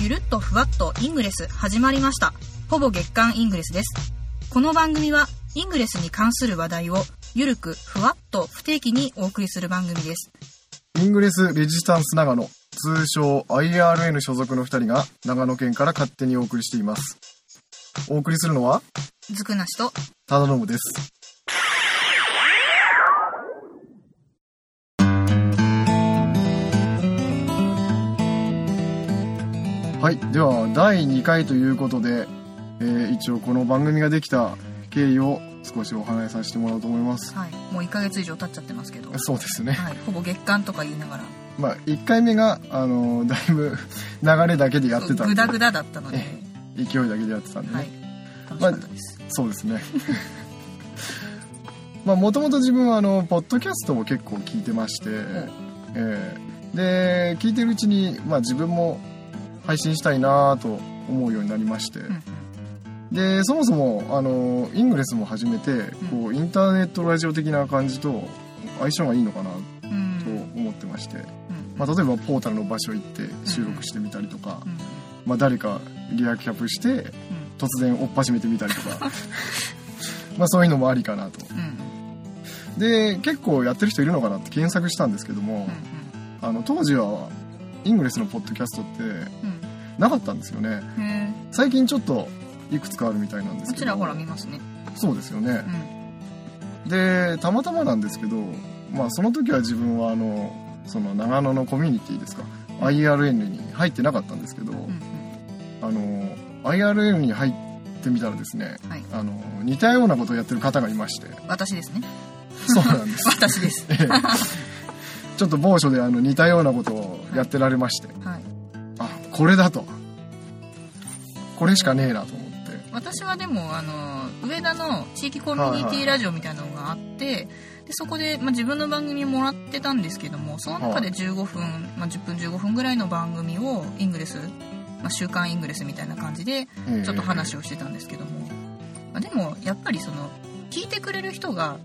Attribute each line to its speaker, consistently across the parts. Speaker 1: ゆるっとふわっとイングレス始まりました。ほぼ月刊イングレスです。この番組はイングレスに関する話題をゆるくふわっと不定期にお送りする番組です。
Speaker 2: イングレス・レジスタンス長野、通称 IRN 所属の2人が長野県から勝手にお送りしています。お送りするのは、
Speaker 1: ずくなしと
Speaker 2: ただのむです。はい。では、第2回ということで、えー一応この番組ができた経緯を少しお話しさせてもらおうと思います。
Speaker 1: はい、もう1ヶ月以上経っちゃってますけど、
Speaker 2: そうですね。
Speaker 1: はい、ほぼ月間とか言いながら、
Speaker 2: まあ、1回目が、あの ーだいぶ流れだけでやってたん
Speaker 1: グ
Speaker 2: で
Speaker 1: ダ、グダだったので、
Speaker 2: 勢いだけでやってたんでね。
Speaker 1: はい、楽しかったです。
Speaker 2: そうですね。 まあ、もともと自分は、あの、ポッドキャストを結構聞いてまして、ええで、聞いてるうちに、まあ、自分も配信したいなと思うようになりまして、
Speaker 1: うんうん
Speaker 2: で、そもそも、あの、イングレスも始めて、こう、インターネットラジオ的な感じと相性がいいのかな
Speaker 1: う
Speaker 2: と
Speaker 1: ん
Speaker 2: 思ってまして、
Speaker 1: うん
Speaker 2: まあ、例えばポータルの場所行って収録してみたりとか、
Speaker 1: うん
Speaker 2: まあ、誰かリアキャップして突然追っ始めてみたりとか まあそういうのもありかなと
Speaker 1: うんうん
Speaker 2: で結構やってる人いるのかなって検索したんですけども、あの当時はイングレスのポッドキャストって
Speaker 1: うんうん
Speaker 2: なかったんですよね
Speaker 1: うんへ
Speaker 2: 最近ちょっといくつかあるみたいなんで
Speaker 1: ー
Speaker 2: す
Speaker 1: こ
Speaker 2: け
Speaker 1: ち
Speaker 2: ど
Speaker 1: らほら見ますね。
Speaker 2: そうですよね
Speaker 1: う、ん
Speaker 2: でたまたまなんですけどまあその時は自分はあのその長野のコミュニティですか IRN に入ってなかったんですけど、
Speaker 1: うん
Speaker 2: あの IRN に入ってみたらですね、
Speaker 1: はい
Speaker 2: あの似たようなことをやってる方がいまして
Speaker 1: うん私 ですね。
Speaker 2: そうなんです
Speaker 1: 私です。
Speaker 2: ええちょっと某所であの似たようなことをやってられまして、
Speaker 1: はい。
Speaker 2: あこれだとこれしかねえなと思って
Speaker 1: 私はでもあの上田の地域コミュニティラジオみたいなのがあって、でそこで、まあ、自分の番組もらってたんですけどもその中で15分、まあ、10分15分ぐらいの番組をイングレス、まあ、週刊イングレスみたいな感じで
Speaker 2: ええ
Speaker 1: ちょっと話をしてたんですけども、まあ、でもやっぱりその聞いてくれる人が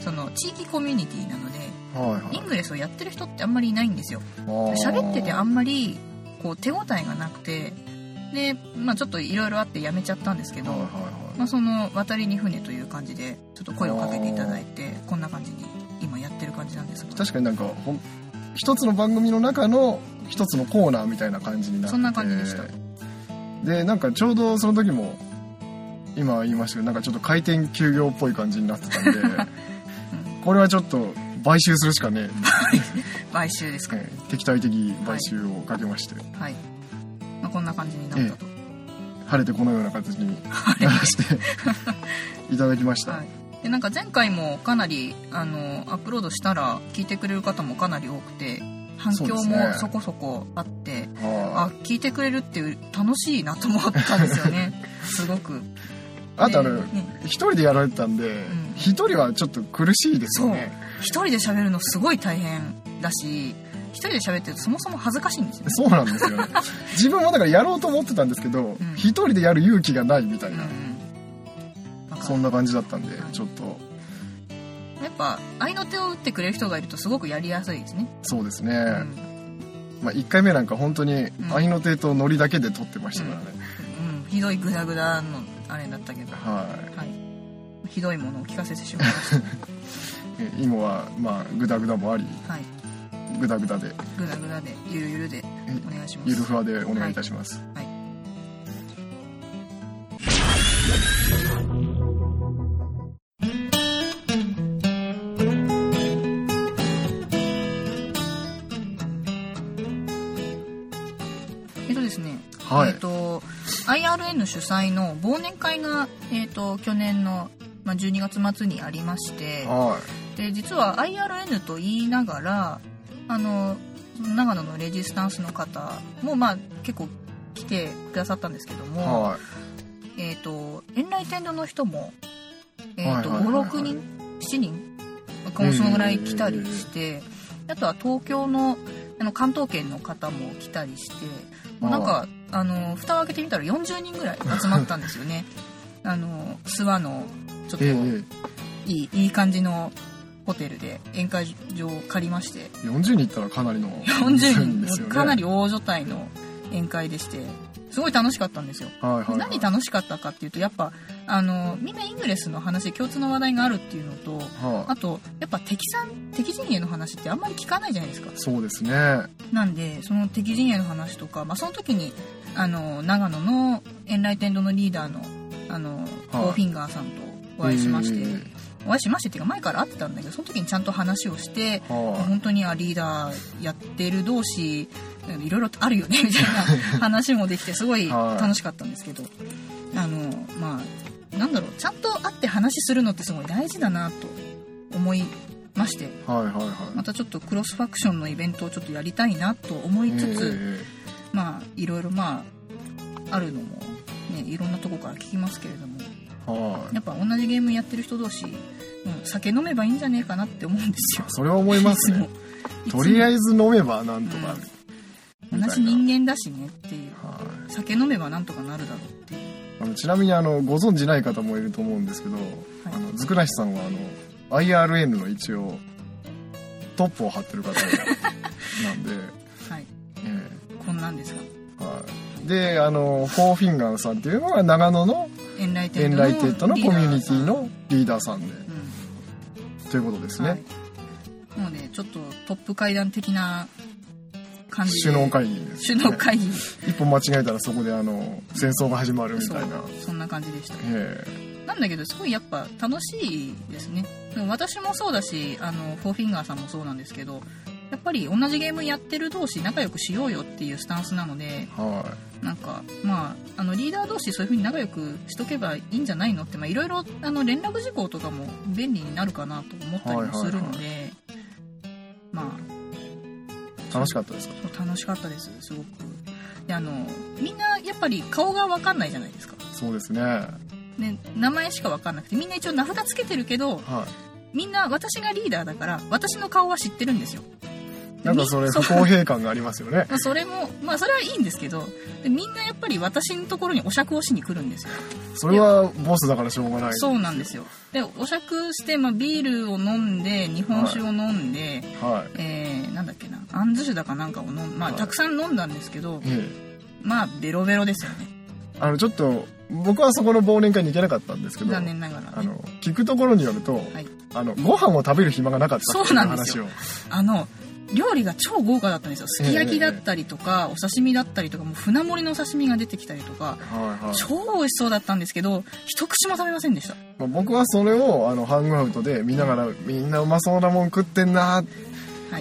Speaker 1: その地域コミュニティなので
Speaker 2: はいはい
Speaker 1: イングレスをやってる人ってあんまりいないんですよ。
Speaker 2: あ
Speaker 1: で
Speaker 2: ー
Speaker 1: 喋っててあんまりこう手応えがなくてで、まあ、ちょっといろいろあってやめちゃったんですけど、
Speaker 2: はいはいはい
Speaker 1: まあ、その渡りに船という感じでちょっと声をかけていただいてこんな感じに今やってる感じなんですが
Speaker 2: 確かになんかほん一つの番組の中の一つのコーナーみたいな感じになって
Speaker 1: そんな感じでした
Speaker 2: でなんかちょうどその時も今言いましたけどなんかちょっと回転休業っぽい感じになって たんでこれはちょっと買収するしかね
Speaker 1: 買収です か
Speaker 2: え、え敵対的買収をかけまして、
Speaker 1: はい、まあ、こんな感じになったと、
Speaker 2: 晴れてこのような形にならして いただきました、
Speaker 1: はい、でなんか前回もかなりあのアップロードしたら聞いてくれる方もかなり多くて反響
Speaker 2: そうです
Speaker 1: も
Speaker 2: ね
Speaker 1: そこそこあって、あ
Speaker 2: は
Speaker 1: 聞いてくれるっていう楽しいなと思ったんですよ ねすごく
Speaker 2: ああとあ
Speaker 1: で
Speaker 2: の
Speaker 1: ね
Speaker 2: 一人でやられてたんで
Speaker 1: ん
Speaker 2: 一、人はちょっと苦しいですよね
Speaker 1: 一人で喋るのすごい大変だし一人で喋ってるとそもそも恥ずかしいんですよね
Speaker 2: そうなんですよね 自分もだからやろうと思ってたんですけど
Speaker 1: ん
Speaker 2: 一、人でやる勇気がないみた
Speaker 1: う
Speaker 2: い
Speaker 1: ん
Speaker 2: な、
Speaker 1: うんなんか
Speaker 2: そんな感じだったんで
Speaker 1: はい
Speaker 2: ちょっと
Speaker 1: やっぱ合いの手を打ってくれる人がいるとすごくやりやすいですね、
Speaker 2: そうですね、
Speaker 1: うん
Speaker 2: まあ、1回目なんか本当に
Speaker 1: ん
Speaker 2: 合いの手とノリだけで撮ってましたからね、
Speaker 1: うんひどいグダグダのあれだったけど、は
Speaker 2: はい
Speaker 1: い、ひどいものを聞かせてしまいまし
Speaker 2: え今はまあグダグダもあり
Speaker 1: たはい
Speaker 2: グダグダで
Speaker 1: グダグダでゆるゆるでお願いします
Speaker 2: ゆるふわでお願いいたします、
Speaker 1: はいえっとですね、
Speaker 2: はい
Speaker 1: えっと IRN 主催の忘年会が、えっと去年の、まあ、12月末にありまして
Speaker 2: はい
Speaker 1: で実は IRN と言いながらあの長野のレジスタンスの方も、まあ、結構来てくださったんですけども、
Speaker 2: はい
Speaker 1: えっと遠来天堂の人も、えーと
Speaker 2: はいはいはいはい
Speaker 1: 56人7人今そのぐらい来たりして、あとは東京のあの関東圏の方も来たりしてもうなんかあの蓋を開けてみたら40人ぐらい集まったんですよ ね。あの諏訪のちょっと
Speaker 2: ええええ
Speaker 1: いいいい感じのホテルで宴会場を借りま して
Speaker 2: 40人いったらかなりの
Speaker 1: 40
Speaker 2: です
Speaker 1: 人
Speaker 2: よね
Speaker 1: かなり大所帯の宴会でしてすごい楽しかったんですよ
Speaker 2: はいはい、はい、
Speaker 1: 何楽しかったかっていうとやっぱあのみんなイングレスの話共通の話題があるっていうのと
Speaker 2: はあ、
Speaker 1: あとやっぱ敵さん敵陣営の話ってあんまり聞かないじゃないですか
Speaker 2: そうですねは
Speaker 1: なんでその敵陣営の話とか、まあ、その時にあの長野の遠来天堂のリーダーのあのフ
Speaker 2: はい
Speaker 1: ォーフィンガーさんとお会いしまして、
Speaker 2: え
Speaker 1: お会いしましてっていうか前から会ってたんだけどその時にちゃんと話をして
Speaker 2: あ
Speaker 1: 本当にあリーダーやってる同士うんいろいろあるよね みたいな話もできてすごい
Speaker 2: はい
Speaker 1: 楽しかったんですけど、あのまあなんだろうちゃんと会って話するのってすごい大事だなと思いまして
Speaker 2: はいはいは
Speaker 1: またちょっとクロスファクションのイベントをちょっとやりたいなと思
Speaker 2: い
Speaker 1: いつつ、
Speaker 2: え
Speaker 1: まあいろいろまああるのも、ね、いろんなとこから聞きますけれども
Speaker 2: えはい
Speaker 1: やっぱ同じゲームやってる人同士、うん、酒飲めばいいんじゃねえかなって思うんですよ。
Speaker 2: それは思いま すね
Speaker 1: いつも
Speaker 2: とりあえず飲めばなんとかなる、
Speaker 1: 同
Speaker 2: みたいな
Speaker 1: じ人間だしねっていう
Speaker 2: はい
Speaker 1: 酒飲めばなんとかなるだろうっていう
Speaker 2: あのちなみにあのご存知ない方もいると思うんですけど、あのずくなしさんはあの IRN の一応トップを張ってる方なん で、
Speaker 1: はい
Speaker 2: え
Speaker 1: こんなんですが
Speaker 2: えはい、であのフォーフィンガーさんっていうのは長野の
Speaker 1: 遠来
Speaker 2: エ
Speaker 1: 店
Speaker 2: ン
Speaker 1: の
Speaker 2: ライテッドのコミュニティ
Speaker 1: リーダーさん
Speaker 2: のリーダーさんで
Speaker 1: う
Speaker 2: ということです
Speaker 1: ん
Speaker 2: ね、
Speaker 1: はいもうねちょっとトップ会談的な感じで
Speaker 2: 首脳会議です、
Speaker 1: 首脳会議
Speaker 2: 一本間違えたらそこであの戦争が始まるみたいな、
Speaker 1: そんな感じでした
Speaker 2: え
Speaker 1: なんだけどすごいやっぱ楽しいですね私もそうだしあのフォーフィンガーさんもそうなんですけどやっぱり同じゲームやってる同士仲良くしようよっていうスタンスなので
Speaker 2: えはい
Speaker 1: なんかまああのリーダー同士そういう風に仲良くしとけばいいんじゃないのってまあいろいろあの連絡事項とかも便利になるかなと思ったりもするので、ま
Speaker 2: 楽しかったですか
Speaker 1: あそう楽しかったですすごくであのみんなやっぱり顔が分かんないじゃないですか、
Speaker 2: そうですねは
Speaker 1: ね、名前しか分かんなくてみんな一応名札つけてるけどみんな私がリーダーだから私の顔は知ってるんですよ
Speaker 2: いなんかそ れ
Speaker 1: そう
Speaker 2: 不公平感があります よね
Speaker 1: まあそれもまあそれはいいんですけどでみんなやっぱり私のところにお酌をしに来るんですよ
Speaker 2: それはボスだからしょうがない
Speaker 1: そうなんですよでお酌して、まあ、ビールを飲んで日本酒を飲んで、
Speaker 2: はい
Speaker 1: えー、なんだっけな杏寿酒だかなんかを飲んまあ、
Speaker 2: はい
Speaker 1: たくさん飲んだんですけど
Speaker 2: ええ
Speaker 1: まあベロベロですよね
Speaker 2: あのちょっと僕はそこの忘年会に行けなかったんですけど、
Speaker 1: 残念ながら
Speaker 2: あ
Speaker 1: ね
Speaker 2: の聞くところによると、
Speaker 1: い
Speaker 2: あのご飯を食べる暇がなかった
Speaker 1: そ
Speaker 2: っていうう
Speaker 1: なんです
Speaker 2: 話
Speaker 1: よ
Speaker 2: を
Speaker 1: あの料理が超豪華だったんですよすき焼きだったりとか、お刺身だったりとかもう船盛りのお刺身が出てきたりとか
Speaker 2: はいはい
Speaker 1: 超美味しそうだったんですけど一口も食べませんでした
Speaker 2: まあ、僕はそれをあのハングアウトで見ながらみんなうまそうなもん食ってんな、
Speaker 1: はい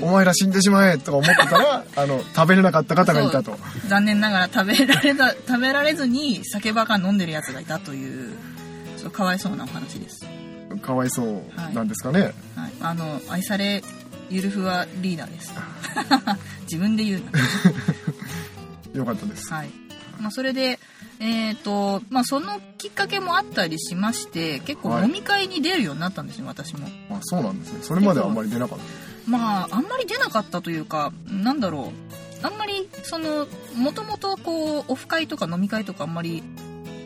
Speaker 2: お前ら死んでしまえとか思ってた らあの食べれなかった方がいたと
Speaker 1: 残念ながら食べられた食べられずに酒ばか飲んでるやつがいたというちょっとかわいそうなお話です、
Speaker 2: かわいそうなんですかね、
Speaker 1: はい、あの愛されゆるふわリーダーです 自分で言うな
Speaker 2: よかったです
Speaker 1: はい。まあ、それで、えっ、と、まあ、そのきっかけもあったりしまして、結構
Speaker 2: はい
Speaker 1: 飲み会に出るようになったんですよ、私も。
Speaker 2: あそうなんですねそれまではあんまり出なかっ
Speaker 1: まあ、あんまり出なかったというか、なんだろう。あんまり、その、もともとこう、オフ会とか飲み会とかあんまり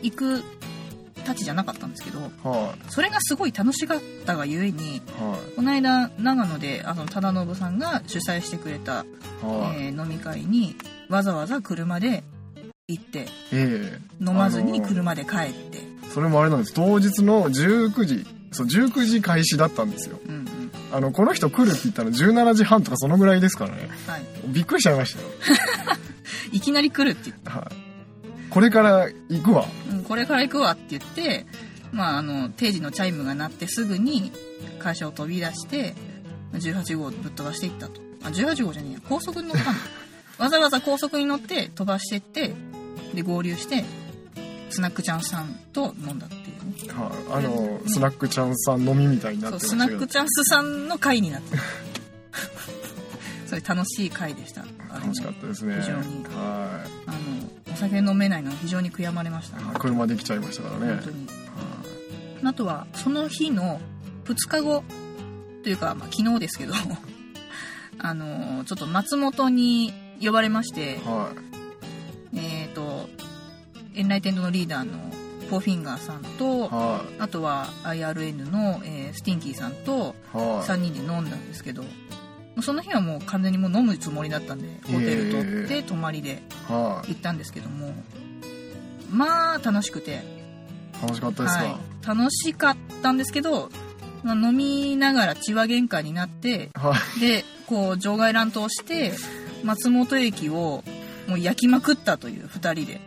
Speaker 1: 行くたちじゃなかったんですけど、
Speaker 2: たは
Speaker 1: それがすごい楽しかったがゆえに、
Speaker 2: いは
Speaker 1: この間、長野で、あの、忠信さんが主催してくれた、
Speaker 2: いはい
Speaker 1: えー飲み会に、わざわざ車で行って、
Speaker 2: え
Speaker 1: 飲まず
Speaker 2: あ
Speaker 1: に
Speaker 2: のー
Speaker 1: 車で帰って、
Speaker 2: えそれもあれなんです当日の19時そう19時開始だったんですよ
Speaker 1: うんうん
Speaker 2: あのこの人来るって言ったの17時半とかそのぐらいですからね
Speaker 1: はい、
Speaker 2: びっくりしちゃいましたよ、
Speaker 1: いきなり来るって言っ
Speaker 2: はい、これから行くわ
Speaker 1: て、うんこれから行くわって言って、まあ、あの定時のチャイムが鳴ってすぐに会社を飛び出して18号をぶっ飛ばしていったとあ18号じゃねえや高速に乗 ったんだわざわざ高速に乗って飛ばしてってで合流してスナックちゃんさんと飲んだっていうね
Speaker 2: はい、あのスナックちゃんさん飲みみたいになっ
Speaker 1: そ
Speaker 2: て
Speaker 1: う
Speaker 2: ま
Speaker 1: スナ
Speaker 2: した
Speaker 1: ッ
Speaker 2: けど
Speaker 1: クちゃんすさんの会になって それ楽しい会でしたあれも
Speaker 2: 楽しかったですね
Speaker 1: 非常に
Speaker 2: は
Speaker 1: あのお酒飲めないのは非常に悔やまれました、
Speaker 2: い車で来ちゃいましたからね
Speaker 1: 本当にあとはその日の2日後というか、まあ、昨日ですけど あのちょっと松本に呼ばれまして
Speaker 2: はい、は
Speaker 1: えっ、と遠来天堂のリーダーのフォーフィンガーさんと
Speaker 2: は
Speaker 1: あとは IRN の、えースティンキーさんと
Speaker 2: いはい
Speaker 1: 3人で飲んだんですけど、もうその日はもう完全にもう飲むつもりだったんでホテル取って泊まりで
Speaker 2: は
Speaker 1: 行ったんですけどもまあ楽しくて、
Speaker 2: い楽しかったですか、
Speaker 1: はい、楽しかったんですけど、まあ飲みながら血は喧嘩になって
Speaker 2: はい
Speaker 1: でこう場外乱闘して松本駅をもう焼きまくったという2人で。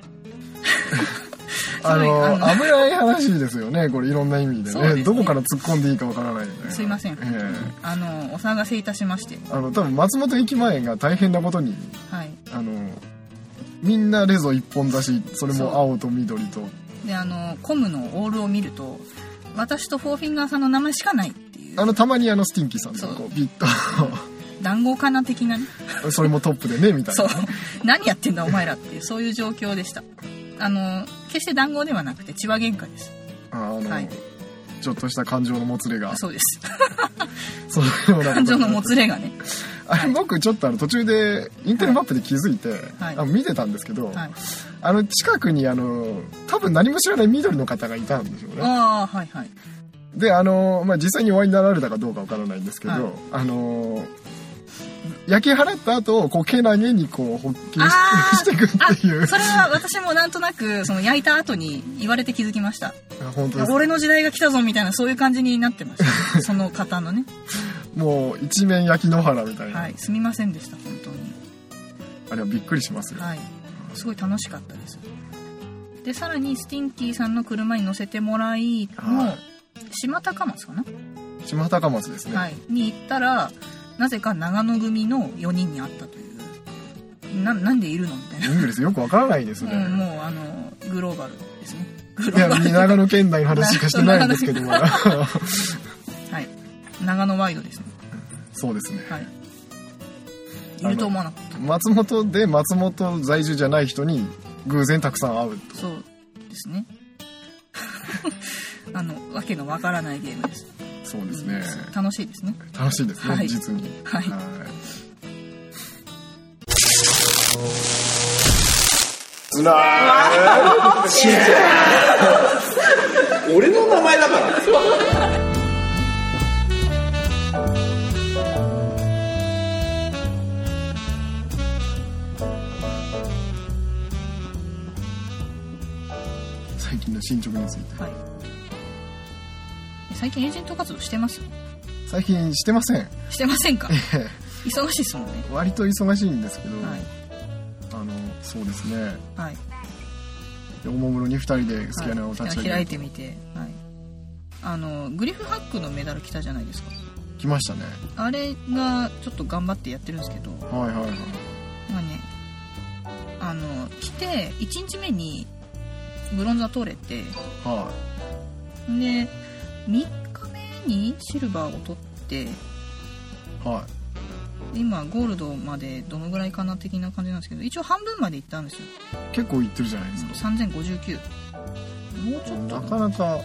Speaker 2: あの
Speaker 1: あの
Speaker 2: 危ない話ですよねこれいろんな意味で
Speaker 1: そう
Speaker 2: ね
Speaker 1: ですね
Speaker 2: どこから突っ込んでいいかわからないよね
Speaker 1: すいません
Speaker 2: ええ
Speaker 1: あのお騒がせいたしまして
Speaker 2: あの多分松本駅前が大変なことに
Speaker 1: はい
Speaker 2: あのみんなレゾ一本だしそれも青と緑と
Speaker 1: であのコムのオールを見ると私とフォーフィンガーさんの名前しかないっていう
Speaker 2: あのたまにあのスティンキーさん
Speaker 1: そ
Speaker 2: と
Speaker 1: う
Speaker 2: こうピッと
Speaker 1: 談合かな的なね
Speaker 2: それもトップでねみたい
Speaker 1: そう
Speaker 2: な
Speaker 1: 何やってんだお前らっていうそういう状況でしたあの決して談合ではなくて千葉喧嘩です
Speaker 2: あの、
Speaker 1: はい
Speaker 2: ちょっとした感情のもつれが
Speaker 1: そうです
Speaker 2: そのよう
Speaker 1: 感
Speaker 2: なことになって
Speaker 1: 情のもつれがね
Speaker 2: あれ僕ちょっとあの途中でインテルマップで気づいて、
Speaker 1: はい
Speaker 2: あの見てたんですけど、
Speaker 1: はい
Speaker 2: あの近くにあの多分何も知らない緑の方がいたんでしょうね
Speaker 1: ああはいはい
Speaker 2: であの、まあ、実際にお会いになられたかどうかわからないんですけど、
Speaker 1: はい
Speaker 2: あの焼き払った後こうけなげにこう発見
Speaker 1: あー
Speaker 2: ししていくっていう
Speaker 1: それは私もなんとなくその焼いた後に言われて気づきました
Speaker 2: あ本当です
Speaker 1: 俺の時代が来たぞみたいなそういう感じになってました その方のね
Speaker 2: もう一面焼き野原みたいな、
Speaker 1: はいすみませんでした本当に
Speaker 2: あれはびっくりしますよ、
Speaker 1: はい、すごい楽しかったですでさらにスティンキーさんの車に乗せてもらいも
Speaker 2: は
Speaker 1: う島高松かな、
Speaker 2: 島高松ですね、
Speaker 1: はい、に行ったらなぜか長野組の4人に会ったというななんでいるのみたい
Speaker 2: イングリスよくわからないですね、
Speaker 1: な、うん、もうあのグローバルですねグ
Speaker 2: い
Speaker 1: ロ
Speaker 2: や
Speaker 1: ーバル
Speaker 2: 長野県内の話しかしてないんですけども
Speaker 1: はい長野ワイドですね
Speaker 2: そうですね
Speaker 1: はいいると思わなかっ
Speaker 2: 松本で松本在住じゃない人に偶然たくさん会う
Speaker 1: たそうですね あのわけのわからないゲームです
Speaker 2: そうですね
Speaker 1: 楽しいですね
Speaker 2: 楽しいですね、
Speaker 1: はい
Speaker 2: 実に
Speaker 1: はい
Speaker 2: ずらー
Speaker 3: 俺の名前だから
Speaker 2: 最近の進捗について
Speaker 1: はい。最近エージェント活動してます
Speaker 2: 最近してま せん
Speaker 1: してませ んか忙しいですもんね。
Speaker 2: 割と忙しいんですけど、
Speaker 1: はい。
Speaker 2: あのそうですね
Speaker 1: はい。
Speaker 2: でおもむろに2人で好きなのを立ち
Speaker 1: 開
Speaker 2: 上げ
Speaker 1: い
Speaker 2: て
Speaker 1: てみて。はい。あの、グリフハックのメダル来たじゃないですか。
Speaker 2: きましたね
Speaker 1: あれがちょっと頑張ってやってるんですけど、なんか
Speaker 2: はいはいはい
Speaker 1: ね、あの、来て1日目にブロンズは取れて、で、
Speaker 2: は
Speaker 1: 3日目にシルバーを取って、
Speaker 2: いはい
Speaker 1: 今ゴールドまでどのぐらいかな的な感じなんですけど、一応半分まで行ったんですよ。
Speaker 2: 結構いってるじゃないですか
Speaker 1: 3059もうちょっと
Speaker 2: な
Speaker 1: だ
Speaker 2: かなか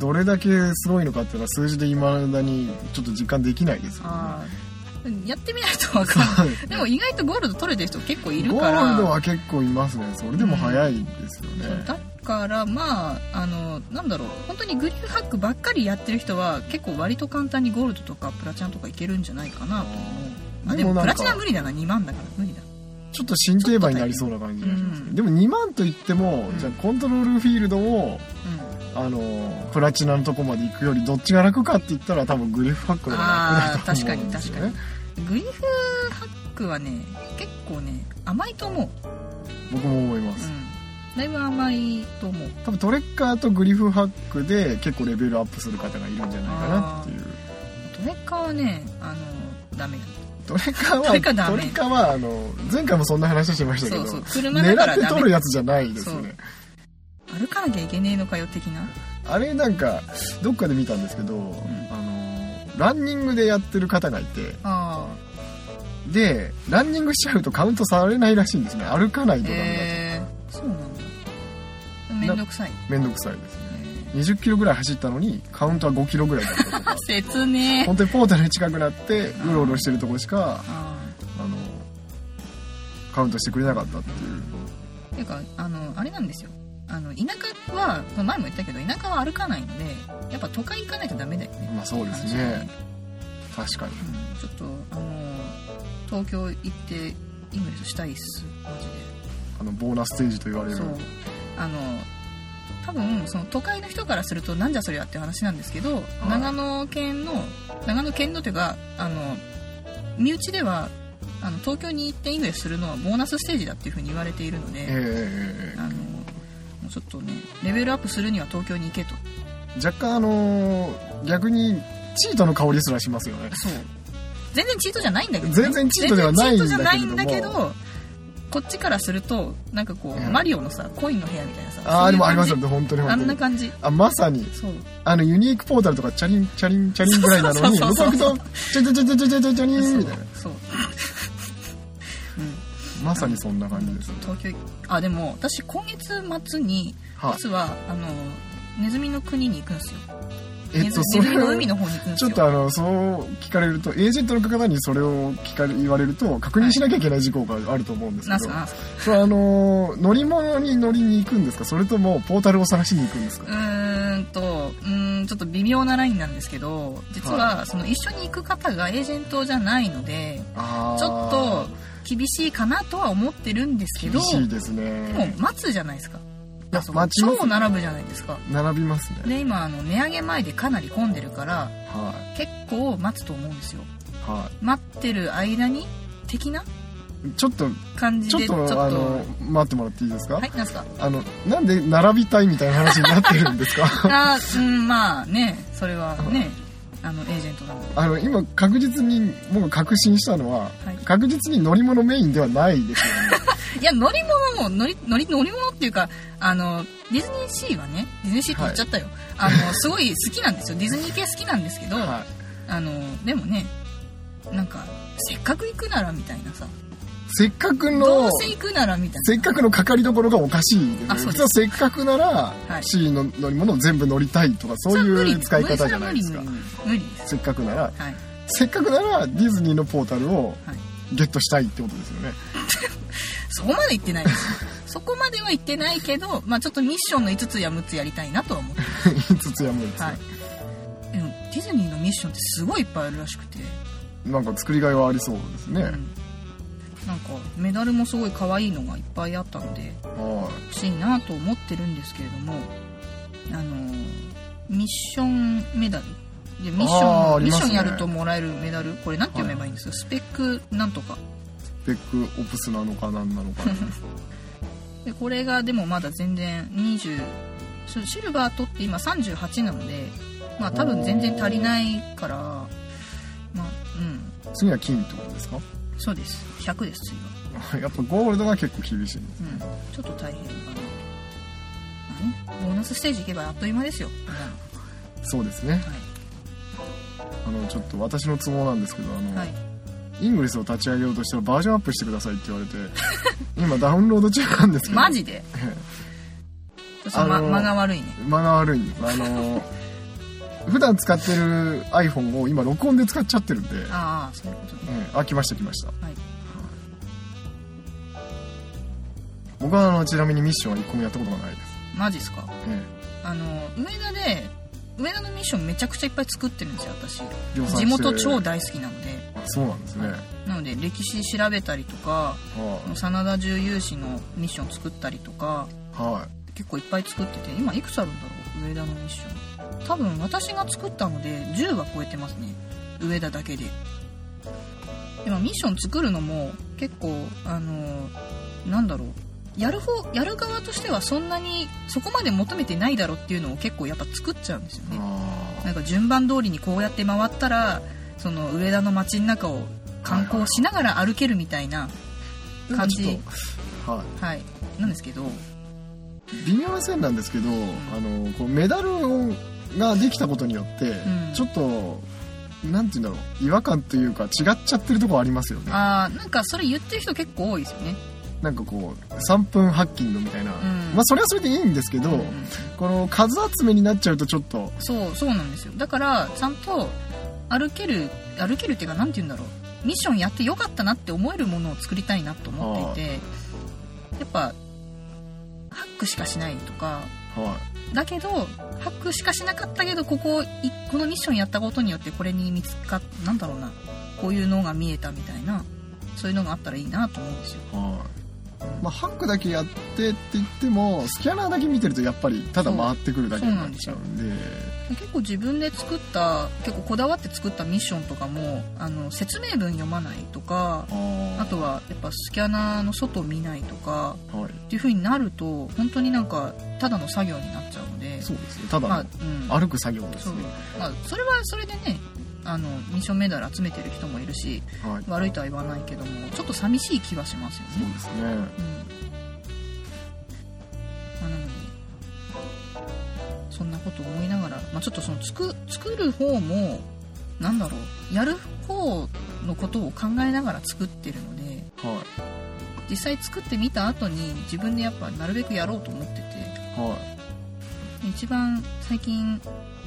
Speaker 2: どれだけすごいのかっていうのは数字でいまだにちょっと実感できないですよね
Speaker 1: あーやってみないと分かんない でも意外とゴールド取れてる人結構いる
Speaker 2: ゴ
Speaker 1: から
Speaker 2: ールドは結構いますねそれでも早いですよね、
Speaker 1: だからまああのなんだろう本当にグリフハックばっかりやってる人は結構割と簡単にゴールドとかプラチナとかいけるんじゃないかなと思うあで
Speaker 2: でも
Speaker 1: も
Speaker 2: なん
Speaker 1: プ
Speaker 2: か
Speaker 1: ラチナ無理だな2万だから無理だ
Speaker 2: ちょっと新競馬になりそうな感じがしますね、でも2万といっても、
Speaker 1: うん
Speaker 2: じゃあコントロールフィールドを
Speaker 1: う
Speaker 2: あのプラチナのとこまで行くよりどっちが楽かって言ったら多分グリフハックの方が楽だと思うんですよね
Speaker 1: あー確かに確んグリフハックはね結構ね甘いと思う、
Speaker 2: 僕も思います、
Speaker 1: うん、だいぶ甘いと思う
Speaker 2: 多分トレッカーとグリフハックで結構レベルアップする方がいるんじゃないかなっていう
Speaker 1: トレカはねあのダメだ
Speaker 2: トレカは
Speaker 1: トレカダ
Speaker 2: ト
Speaker 1: メ
Speaker 2: レカはあの前回もそんな話しましたけ
Speaker 1: そ
Speaker 2: ど
Speaker 1: うそう車だか
Speaker 2: 狙
Speaker 1: ら
Speaker 2: って
Speaker 1: ダ
Speaker 2: 取る
Speaker 1: メ
Speaker 2: やつじゃないですよね
Speaker 1: 歩かなきゃいけねえのかよ的な
Speaker 2: あれなんかどっかで見たんですけど、あのランニングでやってる方がいて
Speaker 1: あ
Speaker 2: でランニングしちゃうとカウントされないらしいんですね歩かない
Speaker 1: あ
Speaker 2: とダメ
Speaker 1: えー、そうなんだめんどくさい、
Speaker 2: だとめんどくさいです
Speaker 1: え
Speaker 2: ね2 0キロぐらい走ったのにカウントは5キロぐらいだったとか
Speaker 1: ー、説明
Speaker 2: 本当にポータルに近くなってうろうろしてるとこしか
Speaker 1: あ
Speaker 2: あのカウントしてくれなかったっていう
Speaker 1: あていうかあのあれなんですよあの田舎はこの前も言ったけど田舎は歩かないのでやっぱ都会行かないとダメだよね、
Speaker 2: まあそうですね確かに
Speaker 1: うん、ちょっとあの東京行ってイングレスしたいっすマジ
Speaker 2: あのボーナスステージと言われ
Speaker 1: で
Speaker 2: る
Speaker 1: そうあの多分その都会の人からするとなんじゃそりゃって話なんですけど、
Speaker 2: い
Speaker 1: 長野県の長野県のというかあの身内ではあの東京に行ってイングレスするのはボーナスステージだっていうふうに言われているので、
Speaker 2: えええええ
Speaker 1: あのもうちょっとねレベルアップするには東京に行けと
Speaker 2: え若干あのー逆にチートの香りすらしますよね
Speaker 1: そう全然チートじゃないんだけど、ね、
Speaker 2: 全然チートではないんだけれども
Speaker 1: 全然チートじゃないんだけどこっちからするとなんかこう、
Speaker 2: うん
Speaker 1: マリオのさコインの部屋みたいなさ
Speaker 2: ああ
Speaker 1: そう
Speaker 2: で
Speaker 1: いう
Speaker 2: もあ
Speaker 1: 感
Speaker 2: ります
Speaker 1: じ
Speaker 2: よね本当に
Speaker 1: あ
Speaker 2: 本
Speaker 1: ん
Speaker 2: 当
Speaker 1: な
Speaker 2: に
Speaker 1: 感じ
Speaker 2: あまさに
Speaker 1: そう
Speaker 2: あのユニークポータルとかチャリンチャリンチャリンぐらいなのに
Speaker 1: そう
Speaker 2: 向
Speaker 1: そ
Speaker 2: こ
Speaker 1: う
Speaker 2: う
Speaker 1: そ
Speaker 2: 行
Speaker 1: うそ
Speaker 2: く
Speaker 1: う
Speaker 2: とチャチャチャチャチャチャチャリーンみたいな
Speaker 1: そう、うん、
Speaker 2: まさにそんな感じですね
Speaker 1: 東京あでも私今月末に
Speaker 2: はい
Speaker 1: 実はあのネズミの国に行くんですよ
Speaker 2: え
Speaker 1: ネ
Speaker 2: っ
Speaker 1: ズ
Speaker 2: とそ
Speaker 1: ネズミ
Speaker 2: れ
Speaker 1: の海
Speaker 2: を
Speaker 1: の方に行くんです
Speaker 2: ち
Speaker 1: よ
Speaker 2: ょっとあのそう聞かれるとエージェントの方にそれを聞かれ言われると確認しなきゃいけない事項があると思うんですけ
Speaker 1: なんす
Speaker 2: ど
Speaker 1: かなんすか
Speaker 2: それあの乗り物に乗りに行くんですかそれともポータルを探しに行くんです
Speaker 1: う
Speaker 2: か
Speaker 1: ーんとうーんちょっと微妙なラインなんですけど実はその一緒に行く方がエージェントじゃないので
Speaker 2: あー
Speaker 1: ちょっと厳しいかなとは思ってるんですけど
Speaker 2: 厳しい
Speaker 1: で
Speaker 2: です
Speaker 1: も
Speaker 2: ね
Speaker 1: 待つじゃないですか
Speaker 2: いや
Speaker 1: あそこ
Speaker 2: 待ちます
Speaker 1: 超並ぶじゃないですか
Speaker 2: 並びますね
Speaker 1: で今あの値上げ前でかなり混んでるから
Speaker 2: は
Speaker 1: 結構待つと思うんですよ
Speaker 2: いは
Speaker 1: 待ってる間に的ない
Speaker 2: ちょっと
Speaker 1: 感じ
Speaker 2: ちょ
Speaker 1: で
Speaker 2: っ
Speaker 1: ちょっと
Speaker 2: とあの待ってもらっていいですか
Speaker 1: はいなんすか
Speaker 2: あの、なんで並びたいみたいな話になってるんで すか
Speaker 1: あーうんまあねそれはねあのエージェントなので
Speaker 2: あの、今確実に、僕確信したのは、
Speaker 1: はい
Speaker 2: 確実に乗り物メインではないですよね。
Speaker 1: いや乗り物も乗り乗り乗り物っていうかあのディズニーシーはねディズニーシーって言っちゃったよ、あの すごい好きなんですよディズニー系好きなんですけど、
Speaker 2: は
Speaker 1: あのでもねなんかせっかく行くならみたいなさ
Speaker 2: い。せっかく
Speaker 1: どう
Speaker 2: の、
Speaker 1: せ行くならみたい
Speaker 2: せっかくのかかりどころがおかしいです
Speaker 1: あ
Speaker 2: ね。
Speaker 1: そうで
Speaker 2: 普通
Speaker 1: す
Speaker 2: はせっかくなら、
Speaker 1: い
Speaker 2: C の乗り物を全部乗りたいとか、
Speaker 1: な
Speaker 2: そう
Speaker 1: れは無理
Speaker 2: いう
Speaker 1: です
Speaker 2: 使い方じゃないです
Speaker 1: そ
Speaker 2: か
Speaker 1: れは。無理無理無理です
Speaker 2: せっかくなら、
Speaker 1: はい
Speaker 2: せっかくならディズニーのポータルを
Speaker 1: はい
Speaker 2: ゲットしたいってことですよね。
Speaker 1: そこまで行ってないですそこまでは行ってないけど、まあ、ちょっとミッションの5つや6つやりたいなとは思ってま
Speaker 2: つつやむんです
Speaker 1: す、
Speaker 2: ね、
Speaker 1: はい、でもディズニーのミッションってすごいいっぱいあるらしくて、
Speaker 2: なんか作りがいはありそうですね。
Speaker 1: うんなんかメダルもすごい可愛いのがいっぱいあったので
Speaker 2: は
Speaker 1: 欲しいなと思ってるんですけれどもあのミッションメダルでミッシ
Speaker 2: あー
Speaker 1: ョ
Speaker 2: あ
Speaker 1: ン、
Speaker 2: り
Speaker 1: ミッ
Speaker 2: ます
Speaker 1: シ
Speaker 2: ね
Speaker 1: ョンやるともらえるメダルこれなんて読めばいいんですか、スペックなんとか
Speaker 2: い。スペックオプスなのかなんなのか。
Speaker 1: でこれがでもまだ全然20シシルバー取って今38なのでまあ多分全然足りないからまあうん
Speaker 2: 次は金ってことですか
Speaker 1: そうです100です次は、
Speaker 2: やっぱゴールドが結構厳しいんです
Speaker 1: うん、ちょっと大変かなまあねボーナスステージ行けばあっという間ですよ、は
Speaker 2: そうですね
Speaker 1: い
Speaker 2: あのちょっと私の都合なんですけどあの、
Speaker 1: はい、
Speaker 2: イングレスを立ち上げようとしたらバージョンアップしてくださいって言われて 今ダウンロード中なんですけど
Speaker 1: マジ でちょっとま
Speaker 2: あのー
Speaker 1: 間が悪いね
Speaker 2: 間が悪いんですあの 普段使ってる iPhone を今録音で使っちゃってるんで、え
Speaker 1: ああそういうことね
Speaker 2: えあ来ました来ました
Speaker 1: はい
Speaker 2: 僕はあのちなみにミッションは一個もやったことがないです、
Speaker 1: マジっすか
Speaker 2: え
Speaker 1: あの上田で上田のミッションめちゃくちゃいっぱい作ってるんですよ私
Speaker 2: 量産して
Speaker 1: 地元超大好きなので
Speaker 2: えあそうなんですね、
Speaker 1: なので歴史調べたりとか
Speaker 2: は
Speaker 1: 真田重有志のミッション作ったりとか
Speaker 2: い、はい
Speaker 1: 結構いっぱい作ってて今いくつあるんだろう上田のミッション多分私が作ったので10は超えてますね上田だけででもミッション作るのも結構あのなんだろうやる方やる側としてはそんなにそこまで求めてないだろうっていうのを結構やっぱ作っちゃうんですよね
Speaker 2: あ
Speaker 1: なんか順番通りにこうやって回ったらその上田の街の中を観光しながら歩けるみたいな
Speaker 2: ー
Speaker 1: 感じ、
Speaker 2: な
Speaker 1: は
Speaker 2: ん
Speaker 1: い
Speaker 2: かちょっとはい
Speaker 1: なんですけど、
Speaker 2: 微妙な線なんですけど、あのこうメダルをができたことによって、
Speaker 1: ん
Speaker 2: ちょっとなんて言うんだろう違和感というか違っちゃってるとこありますよね
Speaker 1: あーなんかそれ言ってる人結構多いですよね。
Speaker 2: なんかこう3分ハッキングみたいな、
Speaker 1: ん
Speaker 2: まあそれはそれでいいんですけど、
Speaker 1: うん
Speaker 2: この数集めになっちゃうとちょっと
Speaker 1: そうそうなんですよだからちゃんと歩ける歩けるっていうか何て言うんだろうミッションやってよかったなって思えるものを作りたいなと思っていてやっぱハックしかしないとか
Speaker 2: は
Speaker 1: だけどハックしかしなかったけどここいこのミッションやったことによってこれに見つかっなんだろうなこういうのが見えたみたいなそういうのがあったらいいなと思うんですよ
Speaker 2: いはい、まあ、ハックだけやってって言ってもスキャナーだけ見てるとやっぱりただ回ってくるだけになっちゃうんで
Speaker 1: 結構自分で作った結構こだわって作ったミッションとかもあの説明文読まないとかあ
Speaker 2: あ
Speaker 1: とはやっぱスキャナーの外見ないとか
Speaker 2: あはい
Speaker 1: っていう風になると本当になんかただの作業になっちゃうので
Speaker 2: そうですねた
Speaker 1: まあ
Speaker 2: だ
Speaker 1: うん
Speaker 2: の歩く作業ですね、
Speaker 1: まあ、それはそれでねあのミッションメダル集めてる人もいるし
Speaker 2: はい
Speaker 1: 悪いとは言わないけどもちょっと寂しい気はしますよ
Speaker 2: そう
Speaker 1: ね、
Speaker 2: ですね
Speaker 1: うんまあ、なのでそんなこと思いながら、まあ、ちょっとその作作る方もなんだろうやる方のことを考えながら作ってるので
Speaker 2: は
Speaker 1: 実際作ってみた後に自分でやっぱなるべくやろうと思ってて
Speaker 2: いはい
Speaker 1: 一番最近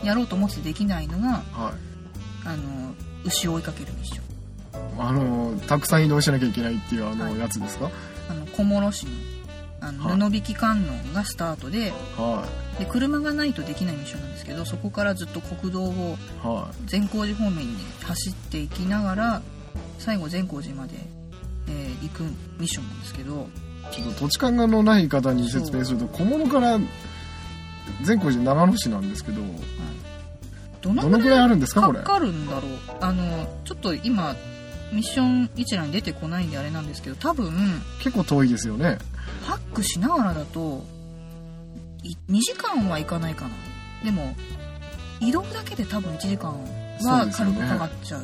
Speaker 1: やろうと思ってできないのが
Speaker 2: はい
Speaker 1: あの牛を追いかけるミッション
Speaker 2: あのたくさん移動しなきゃいけないっていうあの、
Speaker 1: はい
Speaker 2: やつですか
Speaker 1: あの小諸市のあ
Speaker 2: は
Speaker 1: の布引き観音がスタートで
Speaker 2: は
Speaker 1: で車がないとできないミッションなんですけどそこからずっと国道を
Speaker 2: いは
Speaker 1: 善光寺方面に走っていきながら最後善光寺まで、えー行くミッションなんですけど
Speaker 2: いちょっと土地勘がのない方に説明すると小物から全国寺長野市なんですけど
Speaker 1: どの
Speaker 2: ど
Speaker 1: ぐ
Speaker 2: の
Speaker 1: ら
Speaker 2: く
Speaker 1: い
Speaker 2: らいあるんですかこ
Speaker 1: か
Speaker 2: れ
Speaker 1: かるんだろうあのちょっと今ミッション一覧に出てこないんであれなんですけど多分
Speaker 2: 結構遠いですよね
Speaker 1: ハックしながらだとい2時間はいかないかなでも移動だけで多分1時間
Speaker 2: そう
Speaker 1: は
Speaker 2: ですよ
Speaker 1: 軽
Speaker 2: ね
Speaker 1: くかかっちゃ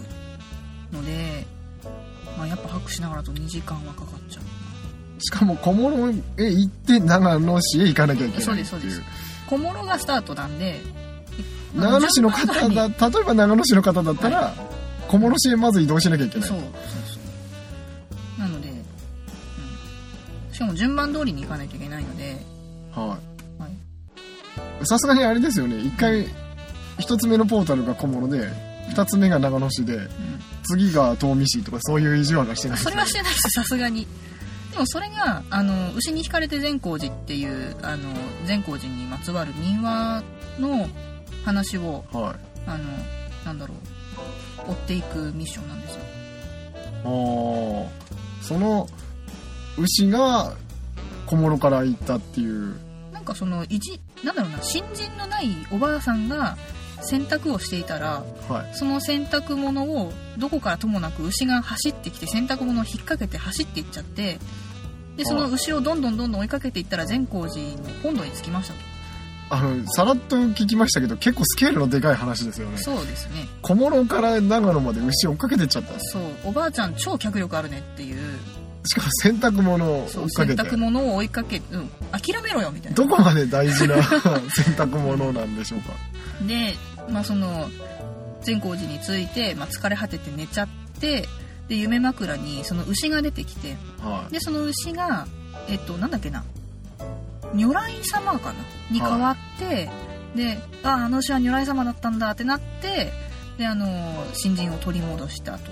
Speaker 1: うのでまあ、やっぱハックしながらだと2時間はかかっちゃう
Speaker 2: しかも小物へ行って長野市へ行かなきゃいけ
Speaker 1: そう
Speaker 2: な
Speaker 1: で
Speaker 2: いっ
Speaker 1: す
Speaker 2: て
Speaker 1: そうで
Speaker 2: い
Speaker 1: す
Speaker 2: う
Speaker 1: 小諸がスタートなんであ
Speaker 2: 長野市の
Speaker 1: 順
Speaker 2: 方
Speaker 1: 番
Speaker 2: だ
Speaker 1: が
Speaker 2: 例えば長野市の方だったら、小諸市へまず移動しなきゃいけない
Speaker 1: そうそうそうなので、うん、しかも順番通りに行かなきゃいけないので
Speaker 2: はい、
Speaker 1: は
Speaker 2: さすがにあれですよね一回一つ目のポータルが小諸で二つ目が長野市で、次が東美市とかそういう意地悪はしてない
Speaker 1: それはしてないですさすがにでもそれがあの牛に惹かれて善光寺っていうあの善光寺にまつわる民話の話を
Speaker 2: はい
Speaker 1: あのなんだろう追っていくミッションなんですよ
Speaker 2: あーその牛が小諸から行ったっていう
Speaker 1: なんかそのいじなんだろうな新人のないおばあさんが洗濯をしていたら
Speaker 2: はい
Speaker 1: その洗濯物をどこからともなく牛が走ってきて洗濯物を引っ掛けて走っていっちゃってでその牛をどんどんどんどん追いかけていったら善光寺の本堂に着きましたと
Speaker 2: あのさらっと聞きましたけど結構スケールのでかい話ですよね
Speaker 1: そうですね
Speaker 2: 小諸から長野まで牛追っかけてっちゃったんです
Speaker 1: そうおばあちゃん超脚力あるねっていう
Speaker 2: しかも洗濯物を
Speaker 1: そ
Speaker 2: 追っ
Speaker 1: う
Speaker 2: か
Speaker 1: 洗
Speaker 2: けて
Speaker 1: 濯物を追いかけ、うん、諦めろよみたいな
Speaker 2: どこまで大事な 洗濯物なんでしょうか
Speaker 1: でまあその善光寺に着いて、まあ、疲れ果てて寝ちゃってで夢枕にその牛が出てきて
Speaker 2: はい
Speaker 1: でその牛がえっとなんだっけな如来様かなに変わって、でああの牛は如来様だったんだってなってであの新人を取り戻したと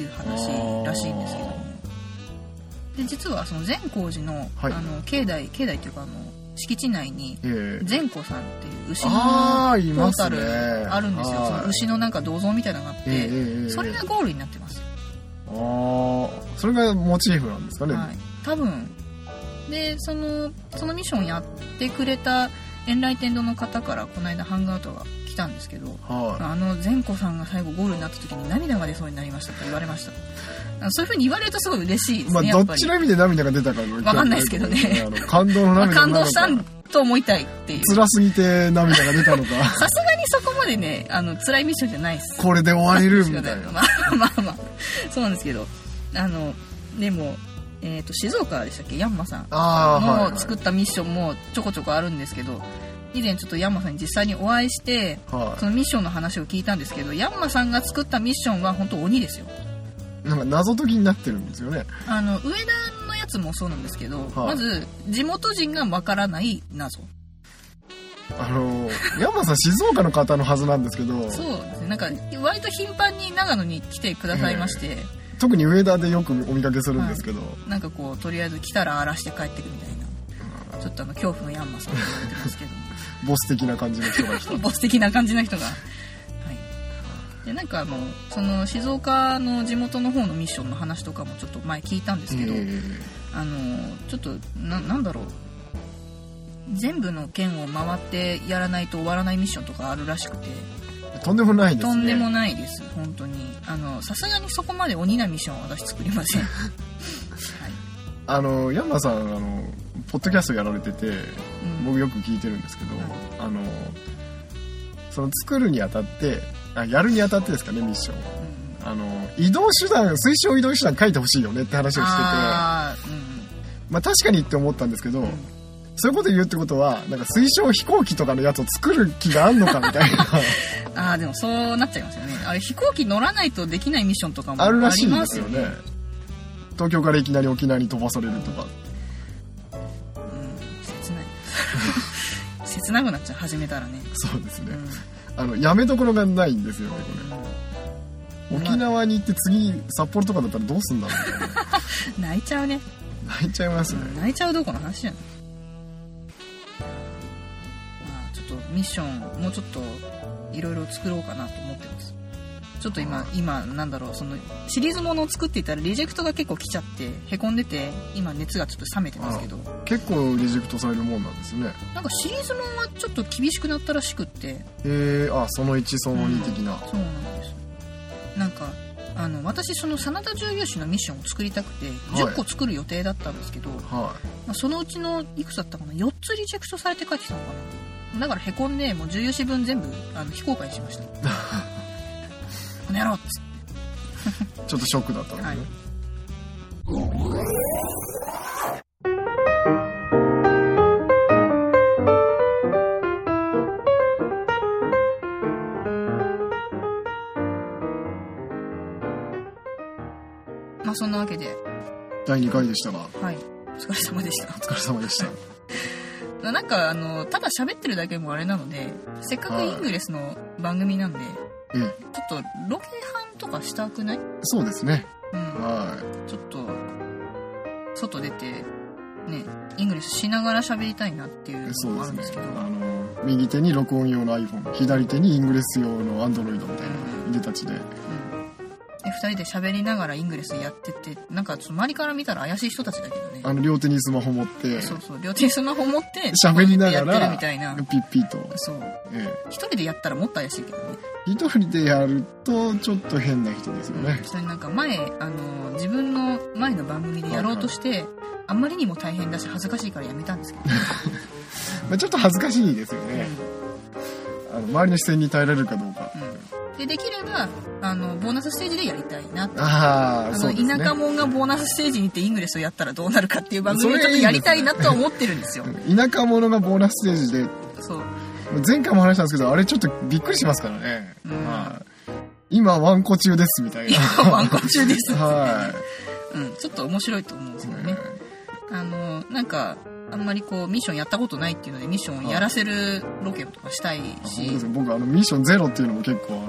Speaker 1: いう話らしいんですけどもで実はその善光寺の,、
Speaker 2: はい
Speaker 1: あの境内境内というかあの敷地内に
Speaker 2: ええ
Speaker 1: 善光さんっていう牛の
Speaker 2: ああい
Speaker 1: ポ
Speaker 2: ま
Speaker 1: ー
Speaker 2: す
Speaker 1: タ
Speaker 2: ね
Speaker 1: ルあるんですよ、そ
Speaker 2: は
Speaker 1: の
Speaker 2: い
Speaker 1: 牛のなんか銅像みたいなのがあって、
Speaker 2: ええええ
Speaker 1: それがゴールになってます
Speaker 2: ああそれがモチーフなんですかね、
Speaker 1: はい、多分でそのそのミッションやってくれた遠来天堂の方からこの間ハンガートが来たんですけど
Speaker 2: はい
Speaker 1: あの善子さんが最後ゴールになった時に涙が出そうになりましたと言われましたあのそういう風に言われるとすごい嬉しいですね、
Speaker 2: まあ、
Speaker 1: や
Speaker 2: ど
Speaker 1: っ
Speaker 2: っ
Speaker 1: ぱり
Speaker 2: ちの意味で涙が出たかわ
Speaker 1: わかんないですけどね
Speaker 2: 感動の
Speaker 1: まあ
Speaker 2: 涙な
Speaker 1: 感
Speaker 2: のか
Speaker 1: 動したんと思いたいっていう
Speaker 2: 辛すぎて涙が出たのか
Speaker 1: さすがにそこまでねあの辛いミッションじゃないです
Speaker 2: これで終われるみたい な
Speaker 1: まあまあまあそうなんですけどあのでも、えー、と静岡でしたっけヤンマさん
Speaker 2: ああはい、
Speaker 1: の
Speaker 2: はい
Speaker 1: 作ったミッションもちょこちょこあるんですけど以前ちょっとヤンマさんに実際にお会いして
Speaker 2: は
Speaker 1: そのミッションの話を聞いたんですけどヤンマさんが作ったミッションは本当鬼ですよ
Speaker 2: い、なんか謎解きになってるんですよね
Speaker 1: あの上田のやつもそうなんですけど、
Speaker 2: はい
Speaker 1: まず地元人がわからない謎
Speaker 2: あのー山さん静岡の方のはずなんですけど
Speaker 1: そうですねなんか割と頻繁に長野に来てくださいまして、
Speaker 2: 特に上田でよくお見かけするんですけど、
Speaker 1: なんかこうとりあえず来たら荒らして帰ってくみたいなちょっとあの恐怖のヤンマさんって言われてますけども
Speaker 2: ボス的な感じの人が来た
Speaker 1: ボス的な感じの人が。はい。で、なんかあの、その静岡の地元の方のミッションの話とかもちょっと前聞いたんですけど、
Speaker 2: え
Speaker 1: あの、ちょっと、な、なんだろう。全部の県を回ってやらないと終わらないミッションとかあるらしくて、
Speaker 2: えとんでもないですね
Speaker 1: とんでもないです、本当に。あの、さすがにそこまで鬼なミッションは私作りま せん。はい。
Speaker 2: あのヤンマさんあのポッドキャストやられてて
Speaker 1: うん
Speaker 2: 僕よく聞いてるんですけど、
Speaker 1: はい
Speaker 2: あのその作るにあたってあやるにあたってですかねミッション
Speaker 1: うん
Speaker 2: あの移動手段推奨移動手段書いてほしいよねって話をしてて
Speaker 1: あーうん
Speaker 2: まあ、確かにって思ったんですけど、そういうこと言うってことはなんか推奨飛行機とかのやつを作る気があんのかみたいな
Speaker 1: あーでもそうなっちゃいますよねあれ飛行機乗らないとできないミッションとかも
Speaker 2: あるらしいん
Speaker 1: あり
Speaker 2: で
Speaker 1: ますす
Speaker 2: よ
Speaker 1: よ
Speaker 2: ね東京からいきなり沖縄に飛ばされるとか
Speaker 1: うん切ない 切なくなっちゃう始めたらね、
Speaker 2: そうです
Speaker 1: う
Speaker 2: ね
Speaker 1: ん、
Speaker 2: あのやめどころがないんですよねこ
Speaker 1: う
Speaker 2: れ
Speaker 1: ん
Speaker 2: 沖縄に行って次札幌とかだったらどうすんだろうみたいな
Speaker 1: 泣いちゃうね
Speaker 2: 泣いちゃいますね
Speaker 1: 泣いちゃうどこの話じゃないまあちょっとミッションもうちょっといろいろ作ろうかなと思ってますちょっと今今なんだろうそのシリーズものを作っていたらリジェクトが結構来ちゃってへこんでて今熱がちょっと冷めてますけど
Speaker 2: 結構リジェクトされるもんなんですね
Speaker 1: なんかシリーズもんはちょっと厳しくなったらしくって
Speaker 2: えー、あその1その2的な、
Speaker 1: そうなんですなんかあの私その真田重要士のミッションを作りたくて
Speaker 2: い
Speaker 1: 10個作る予定だったんですけど、
Speaker 2: は
Speaker 1: まあ、そのうちのいくつだったかな4つリジェクトされて帰ってきたのかなだからへこんでもう重要士分全部あの非公開にしました この野郎っつっ
Speaker 2: いちょっとショックだったんで
Speaker 1: て、
Speaker 2: すね、
Speaker 1: はい、まあそんなわけで
Speaker 2: 第2回でしたが
Speaker 1: はいお疲れ様でした
Speaker 2: お疲れ様でした
Speaker 1: なんかあのただ喋ってるだけもあれなのでせっかくイングレスの番組なんで、
Speaker 2: ええ
Speaker 1: ちょっとロケハンとかしたくない、うん、
Speaker 2: そうですねは
Speaker 1: ちょっと外出てねイングレスしながら喋りたいなっていう
Speaker 2: いそ
Speaker 1: のもあ
Speaker 2: う
Speaker 1: るん
Speaker 2: で
Speaker 1: です
Speaker 2: す
Speaker 1: け
Speaker 2: ね
Speaker 1: ど
Speaker 2: あの右手に録音用の iPhone 左手にイングレス用の Android みたいないでたちで
Speaker 1: で2人で喋りながらイングレスやっててなんかちょっと周りから見たら怪しい人たちだけどね
Speaker 2: あの両手にスマホ持って
Speaker 1: そうそう両手にスマホ持って
Speaker 2: 喋りなが
Speaker 1: やってる
Speaker 2: ら
Speaker 1: みたいな
Speaker 2: ピッピッと、
Speaker 1: そう
Speaker 2: ええ
Speaker 1: 一人でやったらもっと怪しいけどね
Speaker 2: 一人でやるとちょっと変な人ですよね、
Speaker 1: それになんか前あの自分の前の番組でやろうとして、あんまりにも大変だし恥ずかしいからやめたんですけど、
Speaker 2: まあ、ちょっと恥ずかしいですよね、あの周りの視線に耐えられるかどうか、
Speaker 1: うん、でできればあのボーナスステージでやりたいなって
Speaker 2: あ
Speaker 1: あ
Speaker 2: あ
Speaker 1: の
Speaker 2: そうですね
Speaker 1: 田舎者がボーナスステージに行ってイングレスをやったらどうなるかっていう番組を
Speaker 2: そ
Speaker 1: ちょっ
Speaker 2: れい
Speaker 1: と
Speaker 2: いですね
Speaker 1: やりたいなとは思ってるんですよ
Speaker 2: 田舎者がボーナスステージで
Speaker 1: そう
Speaker 2: 前回も話したんですけどあれちょっとびっくりしますからね、
Speaker 1: うん
Speaker 2: はい今ワンコ中ですみたいな
Speaker 1: ワンコ中です、
Speaker 2: は
Speaker 1: うん、ちょっと面白いと思うんです
Speaker 2: い、
Speaker 1: よねあのなんかあんまりこうミッションやったことないっていうのでミッションをやらせるロケとかしたい
Speaker 2: あ本当
Speaker 1: し
Speaker 2: ですね僕あのミッションゼロっていうのも結構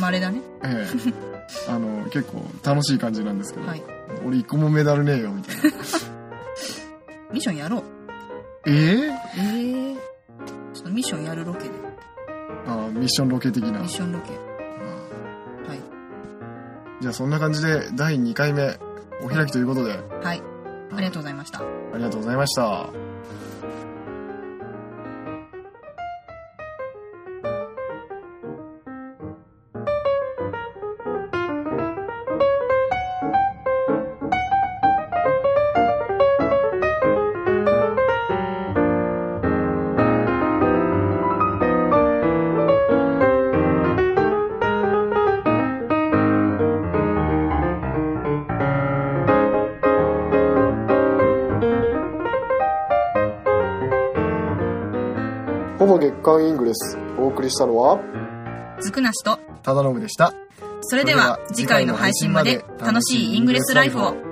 Speaker 1: まれだね
Speaker 2: あ の、ええあの結構楽しい感じなんですけど、
Speaker 1: はい
Speaker 2: 俺一個もメダルねえよみたいな
Speaker 1: ミッションやろう
Speaker 2: ええ
Speaker 1: えー、ちょっとミッションやるロケで
Speaker 2: あミッションロケ的な
Speaker 1: ミッションロケはい
Speaker 2: じゃあそんな感じで第2回目お開きということで、
Speaker 1: はいありがとうございました
Speaker 2: ありがとうございました。ほぼ月刊イングレスお送りしたのは
Speaker 1: ずくなしと
Speaker 2: 忠信でした。
Speaker 1: それでは次回の配信まで楽しいイングレスライフを